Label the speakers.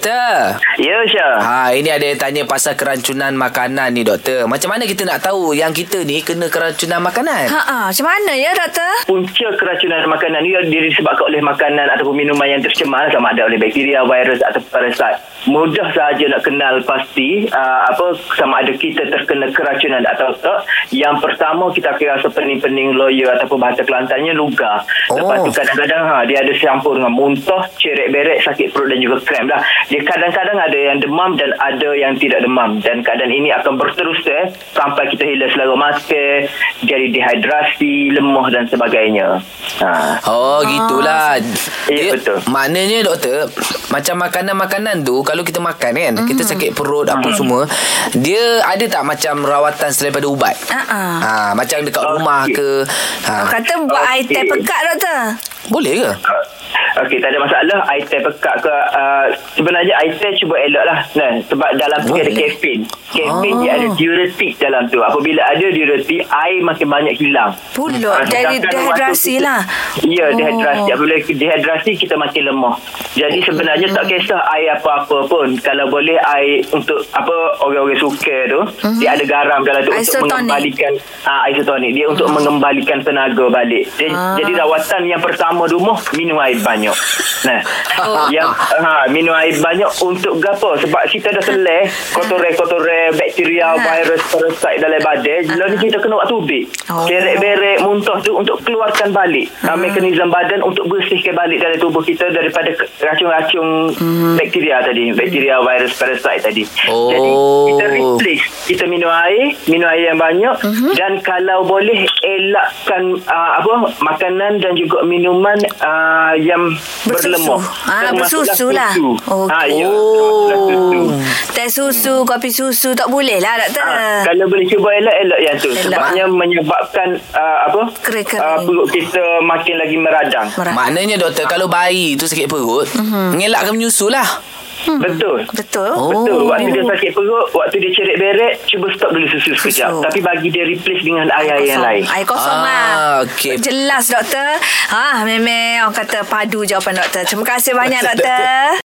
Speaker 1: Doktor.
Speaker 2: Ya, Syah.
Speaker 1: Ha, ini ada yang tanya pasal kerancunan makanan ni, doktor. Macam mana kita nak tahu yang kita ni kena kerancunan makanan?
Speaker 3: Ha ah, macam mana ya doktor?
Speaker 2: Punca keracunan makanan ni dia disebabkan oleh makanan ataupun minuman yang tercemar sama ada oleh bakteria, virus ataupun parasit. Mudah sahaja nak kenal pasti uh, apa sama ada kita terkena keracunan atau tak. Yang pertama kita akan rasa pening-pening loya ataupun bahasa Kelantannya lugar. Lepas
Speaker 1: Oh.
Speaker 2: tu kadang-kadang ha, dia ada campur dengan muntah, cerek-berek, sakit perut dan juga krem lah. Dia kadang-kadang ada yang demam dan ada yang tidak demam. Dan keadaan ini akan berterus eh, sampai kita hilang selera mata, jadi dehidrasi, lemah dan sebagainya. Ha.
Speaker 1: Oh,
Speaker 3: Ah.
Speaker 1: gitulah.
Speaker 2: Ya, betul.
Speaker 1: Maknanya, doktor, macam makanan-makanan tu, kalau kita makan kan, kita
Speaker 3: Hmm.
Speaker 1: sakit perut apa
Speaker 2: Hmm.
Speaker 1: semua, dia ada tak macam rawatan selain daripada ubat?
Speaker 3: Ha ah.
Speaker 1: Ha, macam dekat
Speaker 2: Okey.
Speaker 1: rumah ke?
Speaker 3: Orang
Speaker 1: Ha,
Speaker 3: kata buat air
Speaker 2: Okey.
Speaker 3: teh pekat doktor.
Speaker 1: boleh ke?
Speaker 2: Ah. Okey, tak ada masalah. Air teh pekat ke... Uh, sebenarnya air teh cuba elok lah. Nah, sebab dalam tu
Speaker 1: Boleh.
Speaker 2: ada kafein. Kafein
Speaker 1: Ah.
Speaker 2: dia ada diuretik dalam tu. Apabila ada diuretik, air makin banyak hilang.
Speaker 3: Pula,
Speaker 2: Ah,
Speaker 3: jadi
Speaker 2: sedangkan waktu
Speaker 3: dehidrasi
Speaker 2: kita-
Speaker 3: lah.
Speaker 2: Ya,
Speaker 3: Oh.
Speaker 2: dehidrasi. Apabila dehidrasi, kita makin lemah. Jadi sebenarnya tak kisah air apa-apa pun. Kalau boleh air untuk apa orang-orang suka tu,
Speaker 3: Mhm.
Speaker 2: dia ada garam dalam tu
Speaker 3: Isotonic.
Speaker 2: untuk mengembalikan uh, isotonik. Dia untuk mengembalikan tenaga balik. Dia,
Speaker 3: Ah.
Speaker 2: Jadi rawatan yang pertama rumah minum air banyak. Nah,
Speaker 1: Oh.
Speaker 2: yang ha, minum air banyak untuk gapo? Sebab kita dah seleh kotoran-kotoran bakteria,
Speaker 3: Ah.
Speaker 2: virus, parasit dalam badan. Lalu ni kita kena buat tubik.
Speaker 3: Oh. Ah.
Speaker 2: Kerek-berek, muntah tu untuk keluarkan balik. Ha, mekanisme badan untuk bersihkan balik dari tubuh kita daripada ke- racun-racun
Speaker 3: Hmm.
Speaker 2: bakteria tadi, bakteria, virus, parasit tadi.
Speaker 1: Oh.
Speaker 2: Jadi kita replace kita minum air, minum air yang banyak
Speaker 3: Mhm.
Speaker 2: dan kalau boleh elakkan uh, apa makanan dan juga minuman uh, yang
Speaker 3: Bersusu.
Speaker 2: berlemah.
Speaker 3: Ah,
Speaker 2: Termasuklah
Speaker 3: bersusu lah.
Speaker 2: susu.
Speaker 3: Okey. Oh.
Speaker 2: Ah, ya, termasuklah susu.
Speaker 3: Teh susu, kopi susu tak boleh lah doktor.
Speaker 2: Hmm. Ah, kalau boleh cuba elak-elak yang tu
Speaker 3: Elak.
Speaker 2: sebabnya menyebabkan uh, apa
Speaker 3: Kering-kering.
Speaker 2: uh, perut kita makin lagi meradang.
Speaker 3: Merah.
Speaker 1: Maknanya, doktor, kalau bayi tu sakit perut,
Speaker 3: Mhm.
Speaker 1: ngelakkan menyusul lah.
Speaker 3: Hmm.
Speaker 2: Betul.
Speaker 3: Betul.
Speaker 1: Oh.
Speaker 2: Betul. Waktu dia sakit perut, waktu dia ceret-beret, cuba stop dulu susu sekejap.
Speaker 3: Susu.
Speaker 2: Tapi bagi dia replace dengan air-air yang
Speaker 3: kosong.
Speaker 2: lain.
Speaker 3: Air kosong
Speaker 1: Ah,
Speaker 3: lah.
Speaker 1: okey.
Speaker 3: Ha, Jelas doktor. Ah, memang orang kata padu jawapan doktor. Terima kasih banyak doktor.